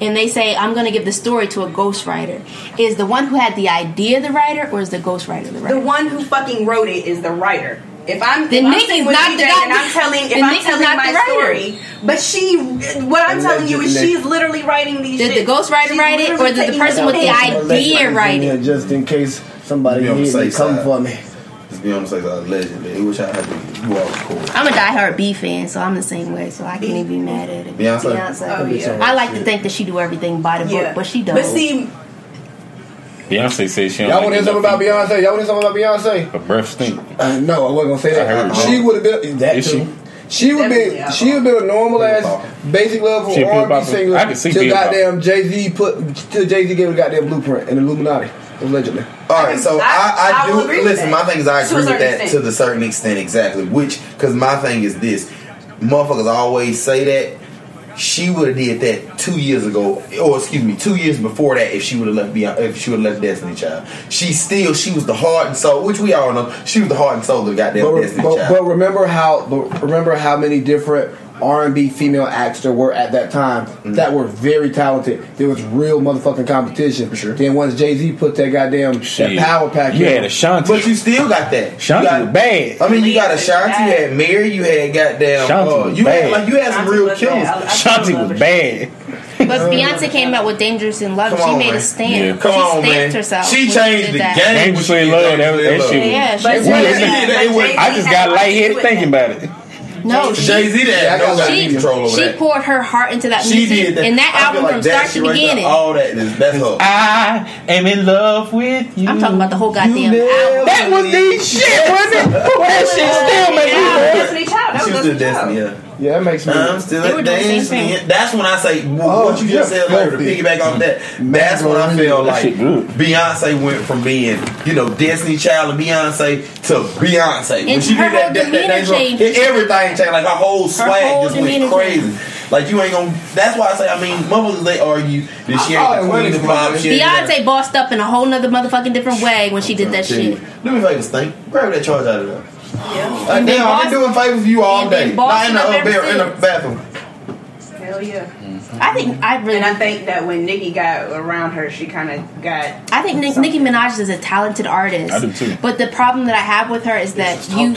E: and they say, I'm gonna give the story to a ghostwriter, is the one who had the idea the writer, or is the ghostwriter the
B: the
E: writer?
B: one who fucking wrote it is the writer. If I'm,
E: Then
B: if I'm
E: Nicki's
B: sitting with
E: not
B: DJ
E: the
B: and
E: guy-
B: I'm telling, if
E: then
B: I'm
E: Nicki's
B: telling
E: not
B: my
E: the writer.
B: story, but she, what I'm telling you is
C: Allegedly.
B: she's literally writing these.
E: Did the
B: shit.
E: ghostwriter
B: She's
E: write it, or
B: literally
E: did the
B: taking
E: person with the
B: notes.
E: idea write it?
C: just in case somebody
F: You on the needs it, safe come side. for
C: me.
F: to be on the sex allegedly. It wish I had to walk cool.
E: I'm a diehard B fan, so I'm the same way. So I can't even be mad at it.
F: Beyonce?
B: Oh, yeah.
E: I like to think that she do everything by the
B: Yeah.
E: book, but she don't.
B: But see,
D: Beyonce said she don't
C: Y'all want
D: like
C: to hear
D: it
C: something about
D: enough.
C: Beyonce? Y'all want to hear something about Beyonce?
D: Her breath stink.
C: Uh, no, I wasn't gonna say
D: I heard
C: that.
D: it.
C: She would have been that
D: Is she?
C: too. She would
B: Definitely
C: be.
B: alcohol.
C: She would be a normal ass basic level
D: She a
C: R and
D: pill-popper.
C: B singer.
D: I can see
C: till
D: pill-popper.
C: goddamn Jay Z put till Jay Z gave her goddamn blueprint and Illuminati allegedly.
F: All right, so I,
B: I-
F: I,
B: I
F: do
B: will agree with
F: listen.
B: that.
F: My thing is I
B: To a
F: agree
B: certain
F: with that to
B: extent.
F: the certain extent, exactly. Which because my thing is this, motherfuckers always say that she would have did that two years ago, or excuse me, two years before that. If she would have left Beyond, if she would have left Destiny Child, she still she was the heart and soul, which we all know. She was the heart and soul of goddamn
C: But,
F: Destiny
C: but,
F: Child.
C: but remember how but remember how many different R and B female acts there were at that time
F: Mm-hmm.
C: that were very talented. There was real motherfucking competition.
F: sure.
C: Then once Jay Z put that goddamn
D: Shit.
C: that power pack,
D: You
C: in,
D: had a Shanti.
F: But you still got that.
D: Shanti
F: you got,
D: was bad.
F: I mean, you got Ashanti, you
B: Bad.
F: had Mary, you had goddamn.
D: Shanti
F: Uh,
D: was
F: you had
D: bad.
F: like you had some
B: Shanti
F: real
B: was bad.
F: killers.
B: I- I still
D: Shanti
B: love
D: was
B: her.
D: bad.
E: But Beyonce came out with Dangerous in Love.
F: Uh, Come
E: she
F: on,
E: made
F: man.
E: a stand.
D: Yeah.
F: Come
E: she
F: on,
E: stamped
F: man.
E: herself.
F: She
E: when
F: changed
E: did
F: the
E: that.
F: game.
D: Dangerously
F: when
D: in
F: she
D: love.
F: did
D: That,
F: Dangerously in
D: that
F: Love.
D: shit. was-
E: Yeah,
B: But Jay-Z
E: she did
B: did
E: that.
B: it.
F: It was-
B: Jay-Z
D: I just
B: had nothing to
D: got
B: do
D: lightheaded
B: with that.
D: thinking about it.
E: No, she,
F: Jay Z
C: Yeah, I
F: had no
C: got
F: goddamn
E: she,
F: control over
E: she
F: that.
E: poured her heart into that
F: She
E: music,
F: did that.
E: and that
F: I feel
E: album
F: like
E: from
F: that
E: start
F: shit
E: to
F: right there,
E: beginning.
F: all that is that's her.
D: I am in love with you.
E: I'm talking about the whole goddamn
F: You
E: album.
D: That was the shit, wasn't it? That shit still make me
B: Yeah,
D: mad.
B: Destiny Child. That
F: she
B: was
F: was still
B: Destiny Child.
F: Destiny. Yeah.
C: yeah, that makes me.
F: I'm still
E: They were
F: at
E: doing the same
F: Destiny.
E: thing.
F: That's when I say w-
C: Oh,
F: what you just
C: yeah, Mm-hmm.
F: said. Like, to
C: filthy.
F: piggyback off that, that's when I feel like
D: shit good.
F: Beyonce went from being you know Destiny Child and Beyonce to Beyonce.
E: And her whole demeanor
F: dance song,
E: changed.
F: it- everything changed. Like her whole swag
E: whole
F: just went
E: demeanor
F: crazy.
E: changed.
F: Like you ain't gonna. That's why I say. I mean, motherfuckers they argue that she
C: I
F: ain't the
C: thought
F: queen
C: it
F: of
C: was
F: pop. she ain't that.
E: Beyonce bossed up in a whole nother motherfucking different way when she did that
F: Dude,
E: shit.
F: Do me a favor, Stink. Grab that charge out of there.
B: Yeah.
F: Like,
E: been
F: damn, I've been doing favors for you all
E: and been
F: day. Not in
E: bossing
F: the, uh,
E: up ever
F: bar- in the
E: since.
F: bathroom.
B: Hell yeah.
E: I think I really,
B: And I
E: I,
B: think that when Nikki got around her, she kind of got.
E: think Nick, Nicki Minaj is a talented artist.
D: I do too.
E: But the problem that I have with her is that you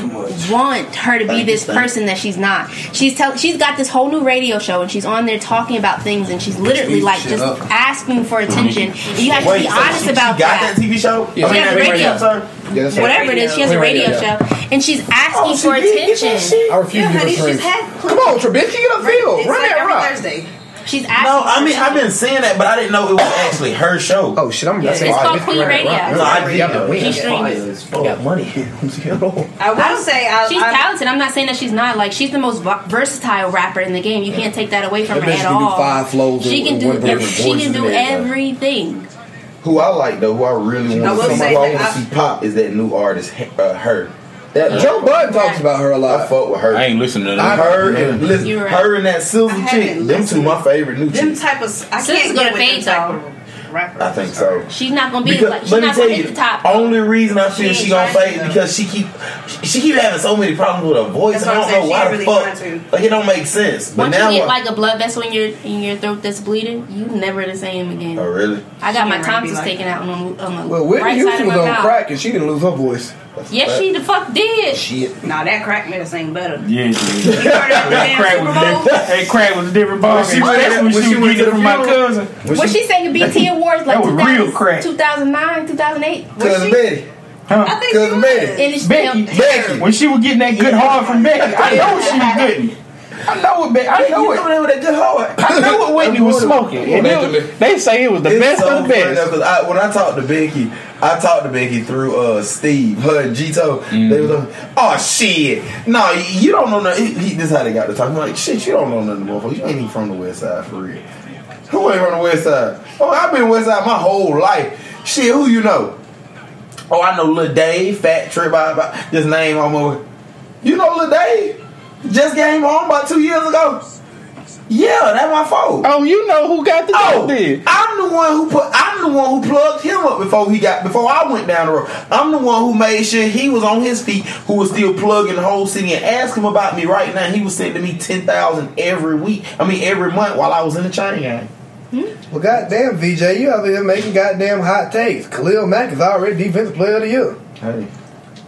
E: want her to be
F: Thank
E: this
F: you, thank you.
E: person that she's not. She's tell, she's got this whole new radio show and she's on there talking about things and she's literally like just asking for attention. And you have to
F: Wait,
E: be
F: so
E: honest
F: she, she
E: about
F: got that TV show?
C: Yeah.
F: I mean,
E: Yeah,
F: that
E: the
F: radio,
E: radio.
F: sir.
C: yeah, that's right.
E: Whatever it is, she has a
C: Radio.
E: radio show and she's asking
F: Oh, she
E: for
F: did get that
E: attention.
F: shit?
C: I refuse
B: Yeah,
C: to
B: honey,
C: give her
B: she's
C: credit.
B: had.
C: Come on, Trubisky, get up field,
B: It's
C: run
B: like
C: that
B: every
C: rock.
B: Thursday.
E: She's asking.
F: No, I
E: for
F: mean, I've
E: attention.
F: been saying that, but I didn't know it was actually her show.
C: Oh shit, I'm.
E: It's called Queen Radio.
F: No, I did.
C: Yeah, we
E: She streams.
B: I will say I,
E: She's
B: I,
E: talented. I'm not saying that she's not. Like she's the most v- versatile rapper in the game. You can't take that away from
C: That
E: her
C: bitch
E: at
C: can do
E: all.
C: five flows and-
E: She can
C: and
E: do.
C: one
E: ev-
C: verse.
E: She can do
F: Voices and
E: everything.
F: Who I like, though, who I really
B: I
F: want
B: will
F: to see,
B: say
F: who I want
B: that
F: to
B: I-
F: see pop, is that new artist, uh, her. That
C: Joe Budden talks about her a
F: Uh, I
C: lot.
F: fuck with her.
D: I ain't listening to that.
F: her and listen,
E: You're right.
F: her and that silver
B: I haven't
F: chick, them two
B: listened.
F: my favorite new
B: them
F: chicks.
B: type of I
E: Sis is
B: can't
E: gonna
B: get with
E: fade,
B: them type of rappers.
F: I think so.
E: She's not gonna be.
F: Because,
E: like, she's
F: let me
E: not
F: tell
E: gonna hit
F: you, Oh,
E: the top.
F: only reason I feel
B: She
F: she
B: ain't
F: gonna
B: trying
F: fade
B: to.
F: because she keep she keep having so many problems with her voice.
B: That's
F: I
B: what I'm
F: don't
B: saying.
F: know
B: She
F: why
B: ain't
F: the
B: really
F: fuck.
B: trying to.
F: Like it don't make sense. But
E: Once
F: now
E: you get
F: what-
E: like a blood vessel in your in your throat that's bleeding, you never the same again.
F: oh really?
E: I got
B: She
E: my
B: ain't gonna be
E: tonsils
B: like
E: taken out on the, on the
C: Well, Whitney
E: right side
C: Houston
E: of my
C: was on
E: mouth.
C: crack and she didn't lose her voice.
E: Yes, she the fuck did.
C: Shit.
B: Nah, that crack medicine ain't better. You
D: Yeah, yeah.
B: heard that damn
D: Crack
B: Super
D: was
B: Bowl?
D: different. That crack was a different ball.
F: she went-
D: That's when
F: when
D: she
F: she
D: was
F: went to
D: getting it
F: the
D: from my
F: funeral.
D: cousin.
E: When she sang at BT Awards like
D: That was
E: 2000,
D: real crack.
E: 2009, 2008
F: Cousin Betty,
B: I think
F: Cousin
B: she
F: Betty.
E: and
B: was.
E: it's
D: Becky,
F: Becky.
D: When she was getting that good hard from Becky, I know she was good. I know it, Becky. I know
F: you
D: it.
F: coming in with that good heart.
D: <laughs> I know what Whitney was smoking. And it was, they say it was the
F: It's
D: best
F: so
D: of the
F: funny though,
D: best.
F: 'cause I, when I talked to Becky, I talked to Becky through uh, Steve, her and Gito. They was like,
D: Mm-hmm.
F: "Oh shit, no, y- you don't know nothing." He, he, this is how they got to talk. I'm like, "Shit, you don't know nothing, motherfucker. You ain't even from the West Side for real. Who ain't from the West Side? Oh, I've been West Side my whole life. Shit, who you know? Oh, I know Lil Dave, Fat Trip, I, I, this name I'm over. You know Lil Dave? Just came home about two years ago. Yeah, that's my fault.
D: Oh, you know who got the
F: Oh,
D: job did.
F: I'm the one who put. I'm the one who plugged him up before he got before I went down the road. I'm the one who made sure he was on his feet, who was still plugging the whole city and ask him about me right now. He was sending me ten thousand every week. I mean every month while I was in the chain gang.
C: Well, goddamn, VJ, you out here making goddamn hot takes. Khalil Mack is already defensive player of the year.
F: Hey,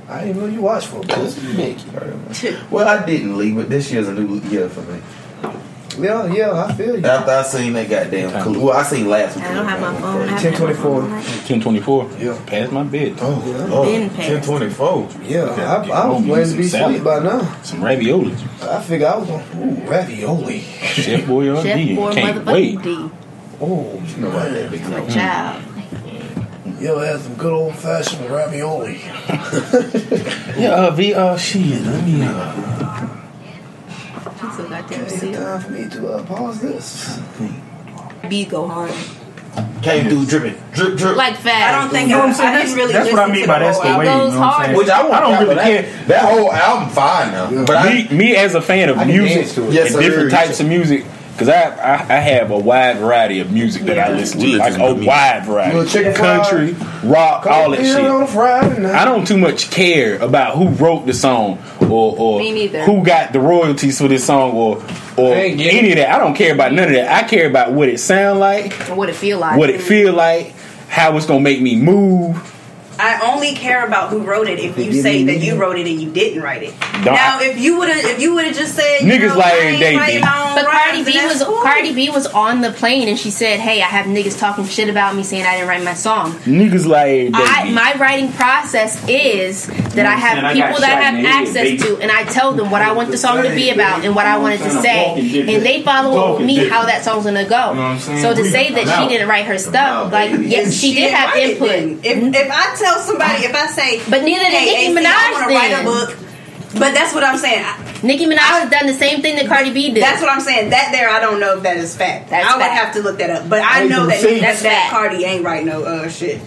C: I didn't even know you watched football.
F: this is Mickey. Well, I didn't leave, but this year's a new year for me.
C: Yeah, yeah, I feel you.
F: After I seen that goddamn clue. Well, I seen last week.
B: I don't have my phone. I haven't
C: Ten twenty four.
D: Ten twenty four.
C: Yeah.
D: Past my bed.
F: Oh,
B: Been past.
F: 1024.
C: Yeah, I, I
D: Oh,
C: was
D: you
C: waiting to
D: some
C: be
D: salad.
C: asleep by now.
D: Some ravioli.
C: I figure I was on ooh, ravioli.
D: Chef Boyardee.
E: Chef boy,
D: Can't
E: motherfucking
D: wait.
E: D.
C: Oh,
F: You know why that big
E: My
F: no.
E: child.
C: yo, that's some good old fashioned ravioli.
D: Yeah, uh, V. Uh, shit. Let me. Uh,
E: She's so goddamn
C: Is it
E: sick.
C: time for me to uh, pause this?
B: B go hard.
F: Came through dripping. Drip, drip.
E: Like
B: I
E: fast.
B: don't think
G: You know
B: I,
G: what I'm saying?
B: I
G: That's,
B: didn't really
G: that's
B: listen
G: what I mean
B: to
G: by
B: the
G: that's
B: whole
G: the way. You
E: album.
G: know what I'm saying?
F: Which I, won't
D: I don't
F: count,
D: really
F: but
D: care.
F: That, that whole album fine now. But I,
D: me, me as a fan of
C: I can dance
D: music,
C: to it.
F: Yes,
D: and
F: sir.
D: different
F: Yes,
D: types of music, because I, I I have a wide variety of music that I
B: Yeah.
D: listen
F: You
D: to, like
F: listen
D: a
F: to me.
D: wide variety,
C: Little chicken
D: country, rock, all that
C: Here on a
D: shit.
C: Friday night.
D: I don't too much care about who wrote the song or or
E: Me neither.
D: who got the royalties for this song or or
C: I ain't get
D: any of that. I don't care about none of that. I care about what it sound like,
E: And what it feel like.
D: what it feel like, how it's gonna make me move.
B: I only care about who wrote it if you say that you wrote it and you didn't write it.
D: Don't-
B: now, if you would have, if you would have just said you
D: Niggas
B: know,
D: lie
B: I
D: every
B: ain't
D: day,
B: writing
D: B.
B: my own
E: But Cardi
B: rhymes,
E: B
B: and
E: was
B: that's cool.
E: Cardi B was on the plane and she said, "Hey, I have niggas talking shit about me saying I didn't write my song."
D: Niggas like
E: I, my writing process is that I
G: And
E: have
G: I
E: people
G: got
E: that I
G: shot in
E: have
G: the head, baby.
E: access to, and I tell them what I want the song to be about and what I want it to say, and they follow up with me how that song's gonna go.
G: what I'm saying?
E: So to
G: We
E: say that
G: about-
E: she didn't write her stuff, like yes, she did
B: didn't
E: have
B: write it
E: input. Mm-hmm.
B: then. If, if I tell somebody, if I say,
E: But neither did
B: hey, AC,
E: Nicki
B: I
E: Minaj
B: want to write
E: then.
B: a book. But that's what I'm saying. I-
E: Nicki Minaj has done the same thing that Cardi B did.
B: That's what I'm saying. That there, I don't know if that is fact.
E: That's
B: I would
E: fact.
B: have to look that up. But I
C: Hey,
B: know
C: you
B: that
C: see?
B: that, that
E: Fact.
B: Cardi ain't write no uh, shit.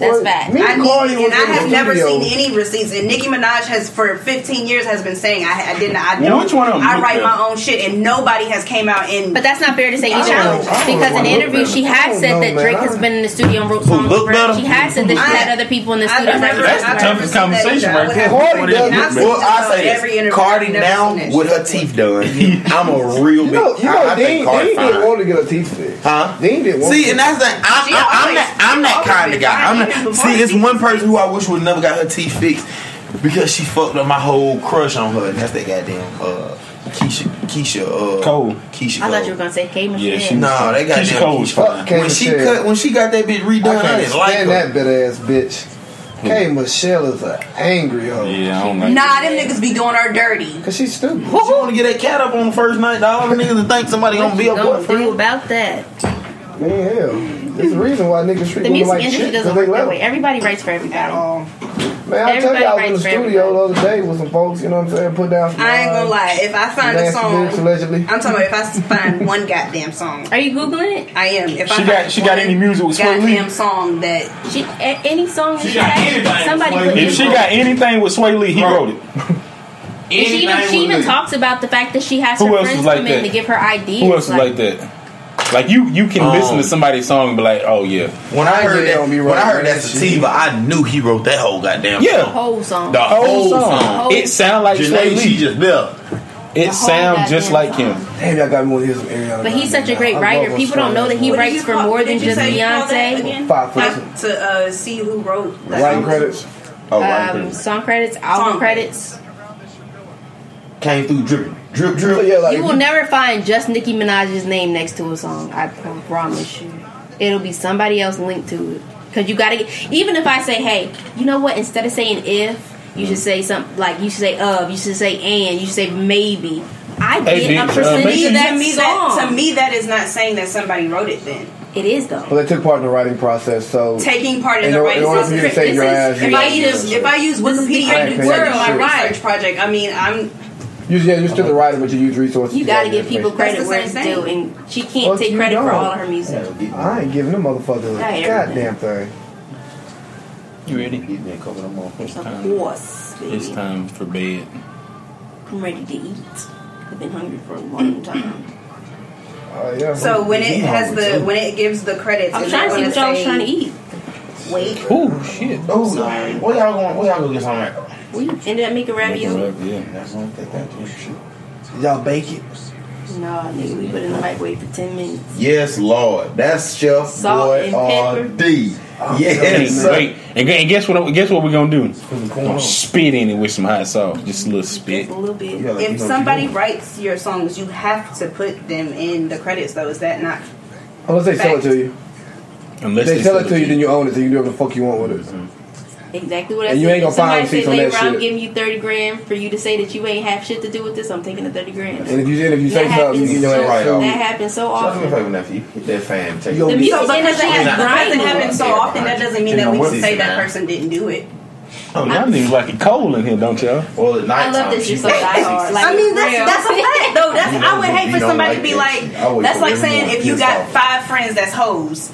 E: That's fact.
C: Me
B: I
C: and
B: need,
C: Cardi was
B: and I
C: in the
B: have never
C: studio.
B: seen any receipts. And Nicki Minaj has for 15 years has been saying I, I didn't. I don't.
D: which one of 'em
B: I
D: look
B: write
D: good?
B: my own shit, and nobody has came out and.
E: But that's not fair to say you
C: don't
E: challenge
C: know. I don't
E: because
C: know
E: in
C: who
E: an interview
C: looked
E: she
C: better. I
E: had
C: don't
E: said
C: know,
E: that
C: man.
E: Drake
C: I
E: has
C: don't-
E: been in the studio and wrote songs. for
F: looked
E: her.
F: better?
E: She had said that she had other people in the
B: I've
E: studio. that
B: never-
E: wrote
D: That's the
E: songs.
B: I've
D: toughest
B: never seen
D: conversation
B: that
D: right there.
B: shit. I've
D: Cardi
B: never
C: does
B: seen that.
C: look
F: Well, I say
B: Every
F: this.
B: interview,
F: Cardi
B: I've never
F: now
B: seen that
F: with
B: shit.
F: her teeth done. I'm a real big.
C: You know, you know,
F: I, I
C: Dean,
F: think Cardi
C: Dean didn't
F: fine.
C: want to get a teeth fixed.
F: Huh?
C: Dean didn't want.
F: See, and that's the I'm,
B: She
F: I'm, I'm
B: always-
F: that I'm that
B: always
F: kind of
B: been
F: guy. I'm
B: fine.
F: not. See, it's one person who I wish would never got her teeth fixed because she fucked up my whole crush on her, and that's that goddamn uh, Keisha Keisha uh,
D: Cole.
F: Keisha.
E: I thought
F: Cole.
E: you were gonna say K
D: Yeah,
E: Michelle.
D: she
F: No, they got
D: Keisha
F: Keisha
D: Cole was
F: Keisha.
C: fine. Fuck
F: when she
C: Keisha.
F: cut, when she got that bitch redone,
C: I
F: I,
C: can't
F: didn't like her.
C: stand that bit ass bitch. K Michelle is an angry hoe.
D: yeah, I don't like
B: Nah, them niggas be doing her dirty.
C: Cause she's stupid.
F: She want to get that cat up on the first night. All the niggas that think somebody gonna be a
E: Don't do
F: boyfriend.
E: about that.
C: Man, hell. There's a reason why niggas treat
E: The
C: women
E: music
C: like
E: industry
C: shit.
E: doesn't
C: 'cause they
E: work that
C: love Um,
E: way.
C: them.
E: Everybody writes for everybody.
C: Man, I tell you, I was in the
E: Everybody writes for
C: studio the other day with some folks, you know what I'm saying, put down some
B: I ain't
C: lines,
B: gonna lie. If I find a
C: nasty
B: song,
C: lyrics, allegedly.
B: I'm talking about if I s- find one goddamn song.
E: Are you googling it?
B: I am. If I
D: She
B: find
D: got- she got
B: one
D: any music with Swae Lee?
B: goddamn song that
E: She, a- any song she,
G: She got
E: has,
G: anybody
E: somebody
G: that's
E: put
G: like-
D: If she got anything with Sway Lee, he
G: Bro.
D: wrote it.
E: And she even she even talks about the fact that she has
D: Who
E: her
D: else
E: friends
D: is like
E: come in
D: that?
E: to give her ideas.
D: Who else is like that? Like you, you can listen to somebody's song and be like, "Oh yeah,
F: When I heard
C: Yeah,
F: that,
C: don't be
F: when I
C: right,
F: heard
C: man.
F: that sativa, I knew he wrote that whole goddamn
D: Yeah.
F: song.
E: Whole song. Um,
F: The whole song.
E: song.
D: It sound like Sway
F: Janae, she
D: Lee.
F: just there.
D: It
E: whole
D: sound just
E: goddamn
D: like
E: song.
D: him.
C: Damn, y'all got me want to hear some Ariana.
E: but he's
C: Grande
E: such a
C: now.
E: great
C: I
E: writer.
C: love
E: People
C: her
E: don't know
C: song.
E: that he
B: What did
E: writes
B: you
E: for
B: call-
E: more
B: what
E: than
B: did you
E: just
B: say you called that
E: Beyonce.
B: again?
C: Five foot
B: Like,
C: two.
B: to uh, see who wrote. that
C: Writing
B: song.
C: credits.
F: Oh, right.
E: Um, song credits, album
B: Song
E: credits.
F: came through dripping, drip,
C: So,
F: drip.
C: yeah, like,
E: you will never find just Nicki Minaj's name next to a song. I promise you, it'll be somebody else linked to it. Cause you gotta get. Even if I say, hey, you know what? Instead of saying if, you should say something like you should say of, you should say and, you should say maybe. I
D: Hey,
E: get
D: bitch,
E: a
D: uh,
E: percentage
D: maybe-
E: of that
B: To me,
E: song.
B: that to me that is not saying that somebody wrote it. Then
E: it is though.
C: Well, they took part in the writing process, so
B: taking part in
C: In
B: the
C: or- in
B: writing
C: order for you to
B: process.
C: save your ass,
B: If
C: you
B: I
C: gotta do
B: use
C: that
B: if I use
E: This is the
B: Wikipedia
E: creative
B: to do
C: world,
B: my
E: right.
B: research project, I mean, I'm
C: you, yeah, you're still the writer, but you use resources.
E: You gotta give people
B: That's
E: credit
B: the
E: where
B: same
E: it's
B: thing.
E: due, and she can't
C: Fuck
E: take
C: you,
E: credit for
C: dog.
E: all her music.
C: I ain't giving them motherfuckers
E: Not
C: a
E: everything.
C: goddamn thing.
D: You ready?
F: Get me a couple of more.
D: It's
E: Of
D: time.
E: course, baby.
D: It's time for bed.
E: I'm ready to eat. I've been hungry for a long time.
C: Oh yeah.
B: so when it has the when it gives the credits.
E: I'm
B: is
E: trying
B: it
E: to see
B: gonna
E: what y'all was
B: say,
E: trying to eat.
B: Wait,
D: Oh shit!
F: Oh, where y'all going? Where y'all gonna get something? at?
E: We ended up making ravioli.
D: Yeah.
F: That's one thing. that you should-
C: y'all bake it.
E: No, nigga, we put it in the microwave for ten minutes.
F: Yes, Lord. That's Chef
E: Salt
F: Boy
E: and
F: R D.
D: And
F: Yes.
D: wait, and, gu- and guess what? Guess what we're gonna do? We're gonna spit in it with some hot sauce, just a little spit.
B: Just a little bit.
F: Yeah, like, you
B: if
F: know,
B: somebody
F: you know.
B: writes your songs, you have to put them in the credits, though. Is that not?
C: Unless they sell it to you.
D: Unless
C: They sell it
D: still
C: to you, then
D: do.
C: you own it, so you can do whatever the fuck you want with it.
E: Exactly what I
C: And you
E: said.
C: ain't gonna
E: If somebody
C: find receipts
E: said
C: on
E: later
C: that
E: I'm
C: shit.
E: giving you thirty grand for you to say that you ain't have shit to do with this. I'm taking the thirty grand.
C: And if you and if you say
E: that
C: something, you
E: happens
C: get your
E: so,
C: ass
F: right
E: that
C: sued.
F: off.
E: happens so
F: Show me
E: often.
F: if I nephew. Hit that fan. Take
C: You
E: The
C: gonna
F: it.
C: be-
E: music
B: So because it
E: industry is
B: has- because it
E: grinding.
B: happens so often, that doesn't mean
F: You
B: that
F: know,
B: we
F: what
B: can
F: is
B: say
F: it,
B: that
F: man?
B: person didn't do it.
D: Oh, y'all niggas like it cold in here, don't y'all?
F: Well, at night
E: I love
F: time,
E: that you're
F: <laughs> she-
E: so diehard. Like,
B: I mean, that's,
E: real.
B: that's a fact, though. That's, I would hate
F: You
B: for
F: don't
B: somebody
F: like
B: to be
F: that
B: like,
F: shit. I would
B: that's
F: for
B: like
F: everyone
B: saying if you
F: pissed
B: got
F: off.
B: five friends that's hoes.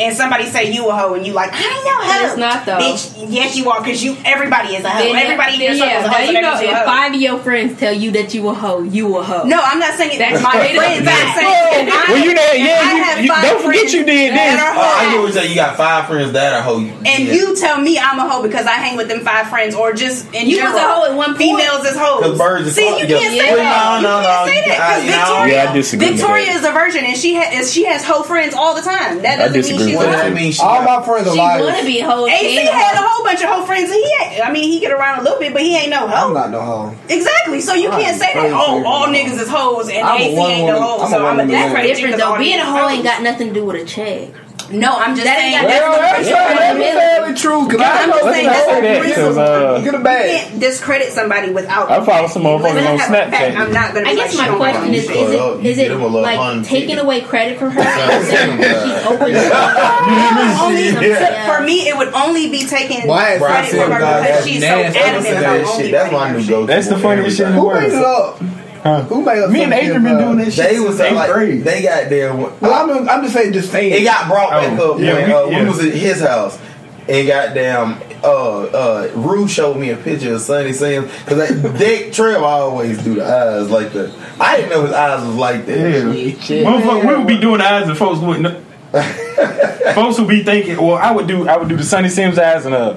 B: And somebody say you a hoe, and you like I ain't no hoe.
E: But it's not, though.
B: Bitch, yes you are, because you everybody is a hoe.
E: Then-
B: everybody in your
E: then,
B: circle is a hoe. so
E: yeah, now you
B: that
E: know
B: means you a
E: if
B: hoe.
E: five of your friends tell you that you a hoe, you a hoe.
B: No, I'm not saying
E: That's
B: that's my
E: straight up
B: friends. I'm
E: facts.
B: saying I-
D: Well, you know,
B: if I
D: yeah,
B: have
D: you, you,
B: five
D: don't forget
B: friends
D: you did
B: that
D: this.
B: are
F: Oh, I get
B: hoes,
F: what you say. You got five friends that are hoe. You,
B: And you tell me I'm a hoe because I hang with them five friends, or just in
E: You
B: general,
E: was a hoe at one point.
B: Females is hoes.
F: Because birds is
B: See,
F: caught
B: you can't say
F: together. Well,
B: that.
F: no,
B: you
F: no,
B: can't
F: no,
B: say
F: you
B: that
F: can't- I-
B: because
F: no.
B: Victoria,
D: Yeah, I disagree with
B: Victoria
D: that.
B: is a virgin, and she ha- is she has hoe friends all the time. That
D: I
B: doesn't mean
D: disagree
B: she's a
D: with
F: What that
B: hoe.
F: means? She
C: All
F: <laughs> got-
C: my friends are
E: she wanna
C: liars.
E: be a hoe.
B: AC
E: and a
B: had a
E: hoe.
B: whole bunch of hoe friends, and he ain't, I mean, he get around a little bit, but he ain't no
C: I'm
B: hoe.
C: not no hoe.
B: Exactly. So you
C: I'm
B: can't say that.
C: crazy.
B: Oh, all niggas is hoes, and
C: I'm a
B: AC
C: one
B: ain't no
C: woman-
B: hoe.
C: I'm a
B: So
C: one
B: I'm a
C: woman
B: that's
C: man.
B: crazy.
E: Different though. Being a hoe ain't got nothing to do with a check.
B: No, I'm just
E: That
B: saying.
E: ain't got
B: that's
E: nothing
C: Well,
B: the
C: that's
B: reason
C: not
B: why
C: that's fairly true. Cause I
B: I'm
C: know
B: saying that's
D: say
B: the
D: that,
B: reason-
D: 'cause, uh,
C: Get a
B: You
C: bag.
B: can't discredit somebody without.
D: I follow some motherfuckers
B: Listen,
D: on
B: I have a
D: Snapchat.
B: fact. I'm not gonna.
E: I
B: be
E: guess
B: like,
E: my
B: "Shut
E: question
B: up."
E: is:
F: You
E: Is
F: shut up.
E: it
F: You
E: is
F: get
E: it
F: him a little
E: like
F: hun
E: taking
F: titty.
E: away credit from her? Is that she's open?
F: <laughs>
B: Only-
E: Yeah.
B: For me, it would only be taken
C: Why is
B: credit
C: that
B: for her
C: saying that?
B: because she's so
C: That's nasty.
B: adamant
F: Listen to
B: about
F: that
B: only
F: shit. That's my new go.
D: That's the funniest shit in the
C: Who made it
D: world.
C: up? Who made up?
D: Me
C: some
D: and Adrian been
C: shit,
D: doing
C: uh,
D: this shit
F: They was
D: since
F: uh,
D: eighth
F: like
D: grade.
F: they got there. when-
C: Well, I'm, I'm just saying, just saying.
F: It got brought back
D: Oh,
F: up
D: yeah,
F: when
D: we-
F: uh, we
D: yeah.
F: was at his house. And goddamn, uh, uh, Rue showed me a picture of Sonny Sims because that <laughs> Dick Trev always do the eyes like that. I didn't know his eyes was like that.
D: Motherfucker, we would be doing eyes and folks wouldn't. <laughs> know. folks would be thinking, well, I would do, I would do the Sunny Sims eyes and uh,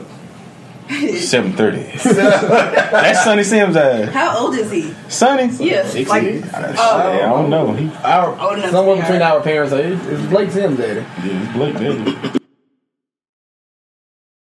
D: seven <laughs> thirty. That's Sunny Sims eyes.
B: <laughs> How old is he?
D: Sunny.
B: Yeah, like
D: I don't know. He
C: Our,
B: old enough. to
C: somewhere
B: be
C: between
B: our-
C: our parents. Like, it's Blake Sims' daddy.
D: yeah, Blake did.